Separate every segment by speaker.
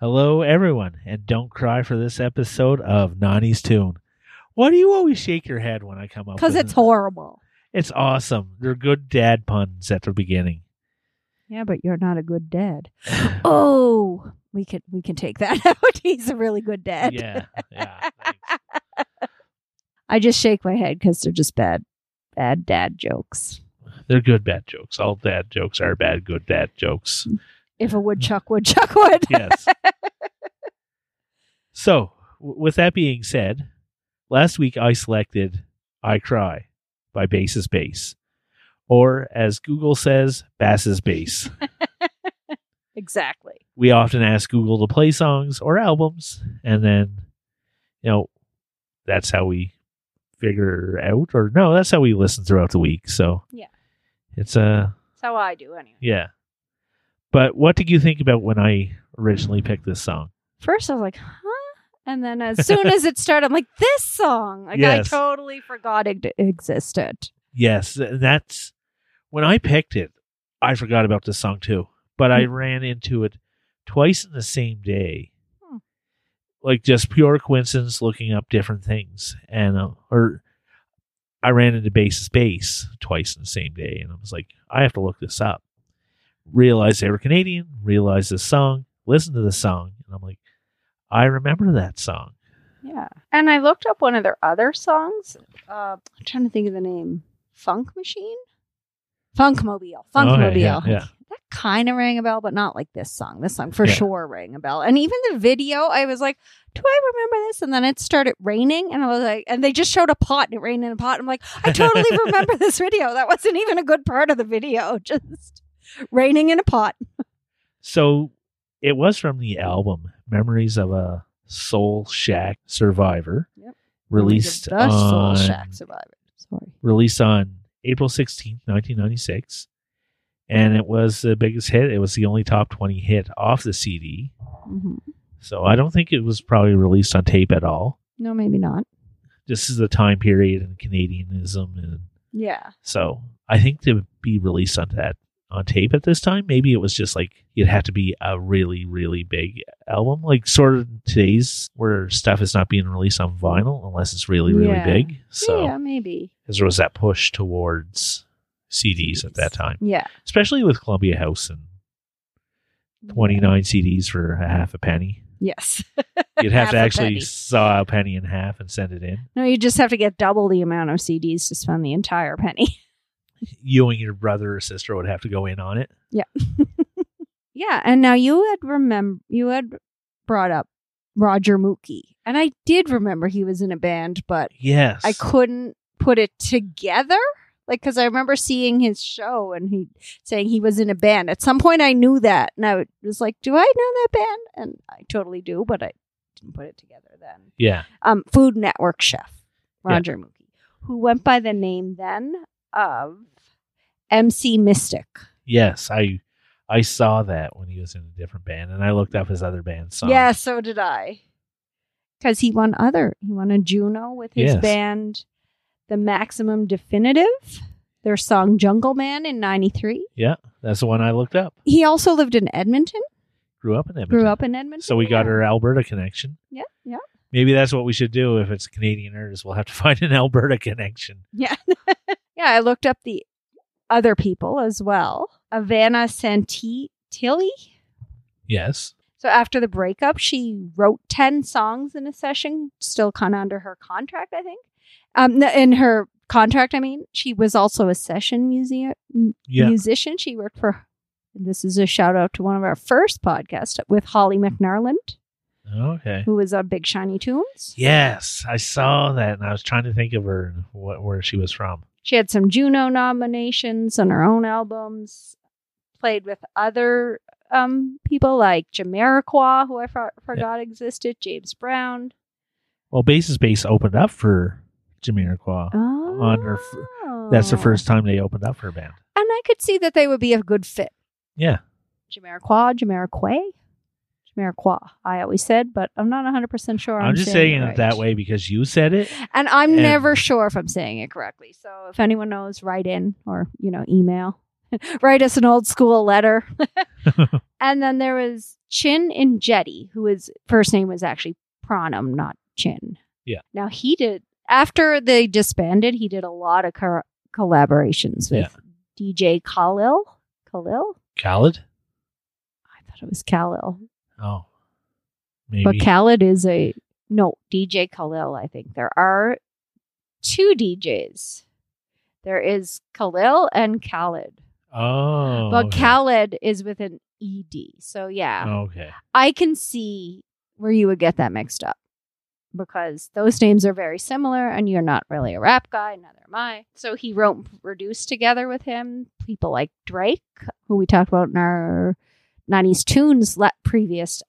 Speaker 1: Hello, everyone, and don't cry for this episode of Nani's Tune. Why do you always shake your head when I come up?
Speaker 2: because
Speaker 1: with
Speaker 2: it's
Speaker 1: it?
Speaker 2: horrible.
Speaker 1: It's awesome. They're good dad puns at the beginning.
Speaker 2: Yeah, but you're not a good dad. Oh, we can we can take that out. He's a really good dad.
Speaker 1: Yeah, yeah. thanks.
Speaker 2: I just shake my head because they're just bad, bad dad jokes.
Speaker 1: They're good bad jokes. All dad jokes are bad good dad jokes.
Speaker 2: If a woodchuck woodchuck would.
Speaker 1: Yes. so, w- with that being said, last week I selected I Cry by Bass is Bass, or as Google says, Bass is Bass.
Speaker 2: Exactly.
Speaker 1: we often ask Google to play songs or albums, and then, you know, that's how we figure out, or no, that's how we listen throughout the week. So,
Speaker 2: Yeah.
Speaker 1: It's a,
Speaker 2: That's how I do anyway.
Speaker 1: yeah. But what did you think about when I originally picked this song?
Speaker 2: First I was like, huh? And then as soon as it started, I'm like, this song. Like
Speaker 1: Yes.
Speaker 2: I totally forgot it existed.
Speaker 1: Yes, th- that's when I picked it. I forgot about this song too, but I ran into it twice in the same day,
Speaker 2: Hmm.
Speaker 1: like just pure coincidence. Looking up different things, and uh, or I ran into Bass Space twice in the same day, and I was like, I have to look this up. Realized they were Canadian. Realized this song. Listen to the song, and I'm like, I remember that song.
Speaker 2: Yeah. And I looked up one of their other songs. Uh, I'm trying to think of the name. Funk Machine? Funkmobile.
Speaker 1: Okay,
Speaker 2: Funkmobile.
Speaker 1: Oh, yeah, yeah.
Speaker 2: That kind of rang a bell, but not like this song. This song for
Speaker 1: Yeah.
Speaker 2: sure rang a bell. And even the video, I was like, do I remember this? And then it started raining, and I was like, and they just showed a pot and it rained in a pot. I'm like, I totally remember this video. That wasn't even a good part of the video. Just raining in a pot.
Speaker 1: So it was from the album Memories of a Soul Shack Survivor,
Speaker 2: Yep.
Speaker 1: released
Speaker 2: The Soul
Speaker 1: on
Speaker 2: Shack Survivor. Sorry.
Speaker 1: released on April 16th, 1996. And it was the biggest hit. It was the only top 20 hit off the CD.
Speaker 2: hmm
Speaker 1: So I don't think it was probably released on tape at all.
Speaker 2: No, maybe not.
Speaker 1: This is the time period and Canadianism and
Speaker 2: Yeah.
Speaker 1: so I think to be released on that on tape at this time, maybe it was just like it had to be a really, really big album, like sort of today's where stuff is not being released on vinyl unless it's really, really
Speaker 2: Yeah.
Speaker 1: big. So
Speaker 2: yeah, maybe.
Speaker 1: 'cause there was that push towards CDs at that time,
Speaker 2: Yeah.
Speaker 1: especially with Columbia House and 29 CDs for a half a penny.
Speaker 2: Yes.
Speaker 1: You'd have
Speaker 2: Half
Speaker 1: to
Speaker 2: a
Speaker 1: actually
Speaker 2: penny.
Speaker 1: saw a penny in half and send it in.
Speaker 2: No, you just have to get double the amount of CDs to spend the entire penny.
Speaker 1: You and your brother or sister would have to go in on it.
Speaker 2: Yeah, and now you had remember you had brought up Roger Mookie, and I did remember he was in a band, but
Speaker 1: Yes.
Speaker 2: I couldn't put it together. Like, because I remember seeing his show and he saying he was in a band. At some point, I knew that, and I was like, "Do I know that band?" And I totally do, but I didn't put it together then.
Speaker 1: yeah.
Speaker 2: um, Food Network chef
Speaker 1: Yeah.
Speaker 2: Roger Mookie, who went by the name then of MC Mystic.
Speaker 1: Yes, I I saw that when he was in a different band, and I looked up his other band songs.
Speaker 2: Yeah, so did I. Because he won other, he won a Juno with his
Speaker 1: Yes.
Speaker 2: band, the Maximum Definitive. Their song Jungle Man in 93.
Speaker 1: that's the one I looked up.
Speaker 2: He also lived in Edmonton,
Speaker 1: Grew up in Edmonton.
Speaker 2: grew up in Edmonton.
Speaker 1: so we got
Speaker 2: yeah.
Speaker 1: our Alberta connection.
Speaker 2: Yeah, yeah.
Speaker 1: Maybe that's what we should do if it's a Canadian artist. We'll have to find an Alberta connection.
Speaker 2: Yeah. yeah, I looked up the other people as well. Ivana Santilli.
Speaker 1: Yes.
Speaker 2: So after the breakup, she wrote 10 songs in a session, still kind of under her contract, I think. Um, no, in her contract, I mean, she was also a session musea- m-
Speaker 1: Yeah.
Speaker 2: musician. She worked for, this is a shout out to one of our first podcasts with Holly McNarland,
Speaker 1: Okay.
Speaker 2: who was on Big Shiny Tunes.
Speaker 1: Yes, I saw that, and I was trying to think of her and what, where she was from.
Speaker 2: She had some Juno nominations on her own albums, played with other um, people like Jamiroquai, who I for- forgot existed, James Brown.
Speaker 1: Well, Bass is Bass opened up for Jamiroquai.
Speaker 2: Oh.
Speaker 1: On her That's the first time they opened up for a band.
Speaker 2: And I could see that they would be a good fit.
Speaker 1: Yeah.
Speaker 2: Jamiroquai, Jamiroquai, Jamiroquai. I always said, but I'm not 100% sure.
Speaker 1: I'm, just saying it that way because you said it.
Speaker 2: And I'm
Speaker 1: And-
Speaker 2: never sure if I'm saying it correctly. So if anyone knows, write in or, you know, email. write us an old school letter. And then there was Chin and Jetty, who his first name was actually Pranam, not Chin.
Speaker 1: Yeah.
Speaker 2: Now he did after they disbanded, he did a lot of co- collaborations with DJ Khalil. Khalil?
Speaker 1: Khaled?
Speaker 2: I thought it was Khalil,
Speaker 1: Oh. Maybe.
Speaker 2: but Khalid is a no DJ Khalil. I think there are two DJs. There is Khalil and Khalid,
Speaker 1: oh.
Speaker 2: but
Speaker 1: okay. Oh.
Speaker 2: Khalid is with an ed. So yeah,
Speaker 1: Okay.
Speaker 2: I can see where you would get that mixed up because those names are very similar and you're not really a rap guy, neither am I. So he wrote and produced together with him people like Drake, who we talked about in our 90s tunes le- previous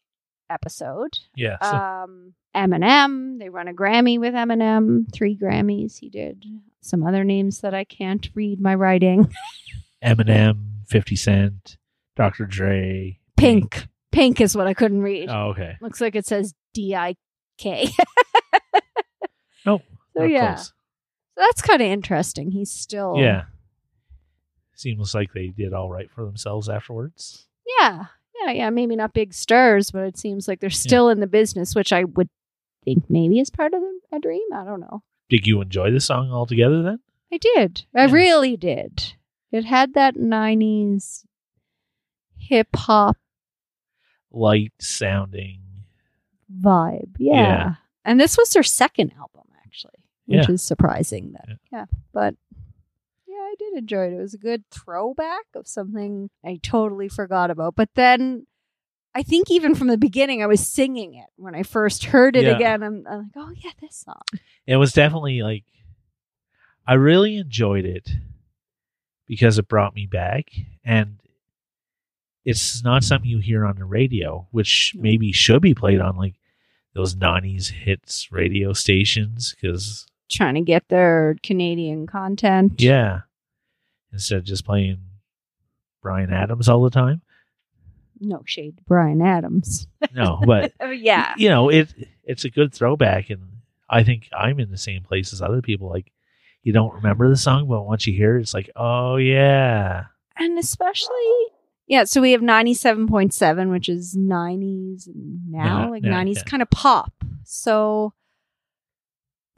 Speaker 2: episode,
Speaker 1: Yeah. so-
Speaker 2: um, Eminem. They won a Grammy with Eminem, three Grammys he did. Some other names that I can't read my writing.
Speaker 1: Eminem, 50 Cent, Dr. Dre.
Speaker 2: Pink. Pink is what I couldn't read.
Speaker 1: Oh, okay.
Speaker 2: Looks like it says D I K.
Speaker 1: Nope.
Speaker 2: So
Speaker 1: not
Speaker 2: yeah,
Speaker 1: close.
Speaker 2: So that's kind of interesting. He's still
Speaker 1: Yeah. Seems like they did all right for themselves afterwards.
Speaker 2: yeah, yeah, yeah. Maybe not big stars, but it seems like they're still in the business, which I would think maybe is part of the, a dream. I don't know.
Speaker 1: Did you enjoy the song altogether then?
Speaker 2: I did. I
Speaker 1: Yeah.
Speaker 2: really did. It had that '90s hip hop
Speaker 1: Light sounding.
Speaker 2: vibe. Yeah.
Speaker 1: Yeah.
Speaker 2: And this was their second album, actually, which
Speaker 1: Yeah.
Speaker 2: is surprising. That
Speaker 1: Yeah.
Speaker 2: yeah. but yeah, I did enjoy it. It was a good throwback of something I totally forgot about. But then I think even from the beginning, I was singing it when I first heard it
Speaker 1: Yeah.
Speaker 2: again. I'm, I'm like, oh yeah, this song.
Speaker 1: It was definitely like, I really enjoyed it because it brought me back. And it's not something you hear on the radio, which
Speaker 2: No.
Speaker 1: maybe should be played on like those 90s hits radio stations because
Speaker 2: Trying to get their Canadian content.
Speaker 1: Yeah. Instead of just playing Brian Adams all the time.
Speaker 2: No shade, to Brian Adams.
Speaker 1: No, but
Speaker 2: Oh, yeah.
Speaker 1: you know, it it's a good throwback and I think I'm in the same place as other people. Like you don't remember the song, but once you hear it, it's like, oh yeah.
Speaker 2: and especially yeah so we have 97.7 which is 90s and
Speaker 1: Yeah,
Speaker 2: now like
Speaker 1: yeah,
Speaker 2: 90s
Speaker 1: yeah.
Speaker 2: kind of pop so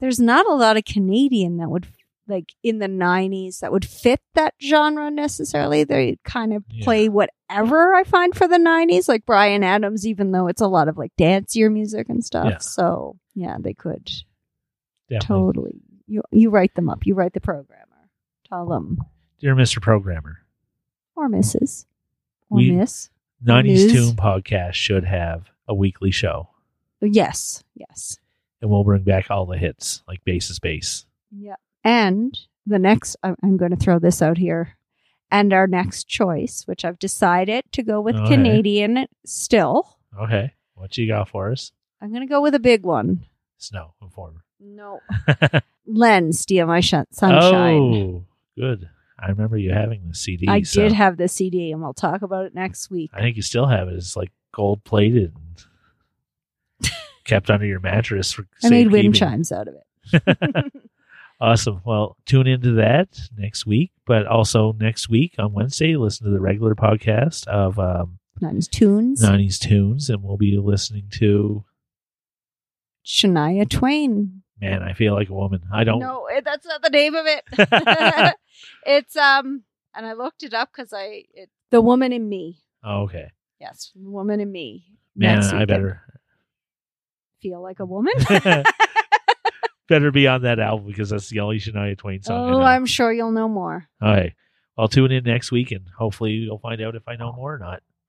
Speaker 2: there's not a lot of canadian that would like in the 90s that would fit that genre necessarily they kind of
Speaker 1: Yeah.
Speaker 2: play whatever i find for the 90s like brian adams even though it's a lot of like dancier music and stuff
Speaker 1: Yeah.
Speaker 2: so yeah they could
Speaker 1: Definitely.
Speaker 2: totally you you write them up you write the programmer tell them
Speaker 1: Dear Mr. Programmer.
Speaker 2: or misses or
Speaker 1: We-
Speaker 2: miss
Speaker 1: Nineties
Speaker 2: News.
Speaker 1: Tune Podcast should have a weekly show.
Speaker 2: Yes, yes.
Speaker 1: And we'll bring back all the hits, like bass is bass.
Speaker 2: Yeah. And the next, I- I'm going to throw this out here. And our next choice, which I've decided to go with
Speaker 1: Okay.
Speaker 2: Canadian still.
Speaker 1: Okay. What you got for us?
Speaker 2: I'm going to go with a big one.
Speaker 1: Snow Informer.
Speaker 2: No. Len, Steal My Sh- Sunshine.
Speaker 1: Oh, good. I remember you having the CD.
Speaker 2: I
Speaker 1: so-
Speaker 2: did have the CD, and we'll talk about it next week.
Speaker 1: Oh, I think you still have it. It's like gold plated and kept under your mattress for
Speaker 2: I made wind
Speaker 1: safekeeping.
Speaker 2: chimes out of it.
Speaker 1: Awesome. Well, tune into that next week, but also next week on Wednesday, listen to the regular podcast of um,
Speaker 2: Nineties tunes.
Speaker 1: 90s tunes, and we'll be listening to
Speaker 2: Shania Twain.
Speaker 1: Man, I Feel Like a Woman. I don't.
Speaker 2: No, it- that's not the name of it. it's um, and I looked it up because I it, the woman in me.
Speaker 1: Oh, okay.
Speaker 2: Yes, woman and me.
Speaker 1: Man,
Speaker 2: Next
Speaker 1: I
Speaker 2: weekend.
Speaker 1: better
Speaker 2: feel like a woman.
Speaker 1: better be on that album because that's the only Shania Twain song. I
Speaker 2: oh,
Speaker 1: know.
Speaker 2: I'm sure you'll know more. Oh.
Speaker 1: All right. I'll tune in next week and hopefully you'll find out if I know more or not.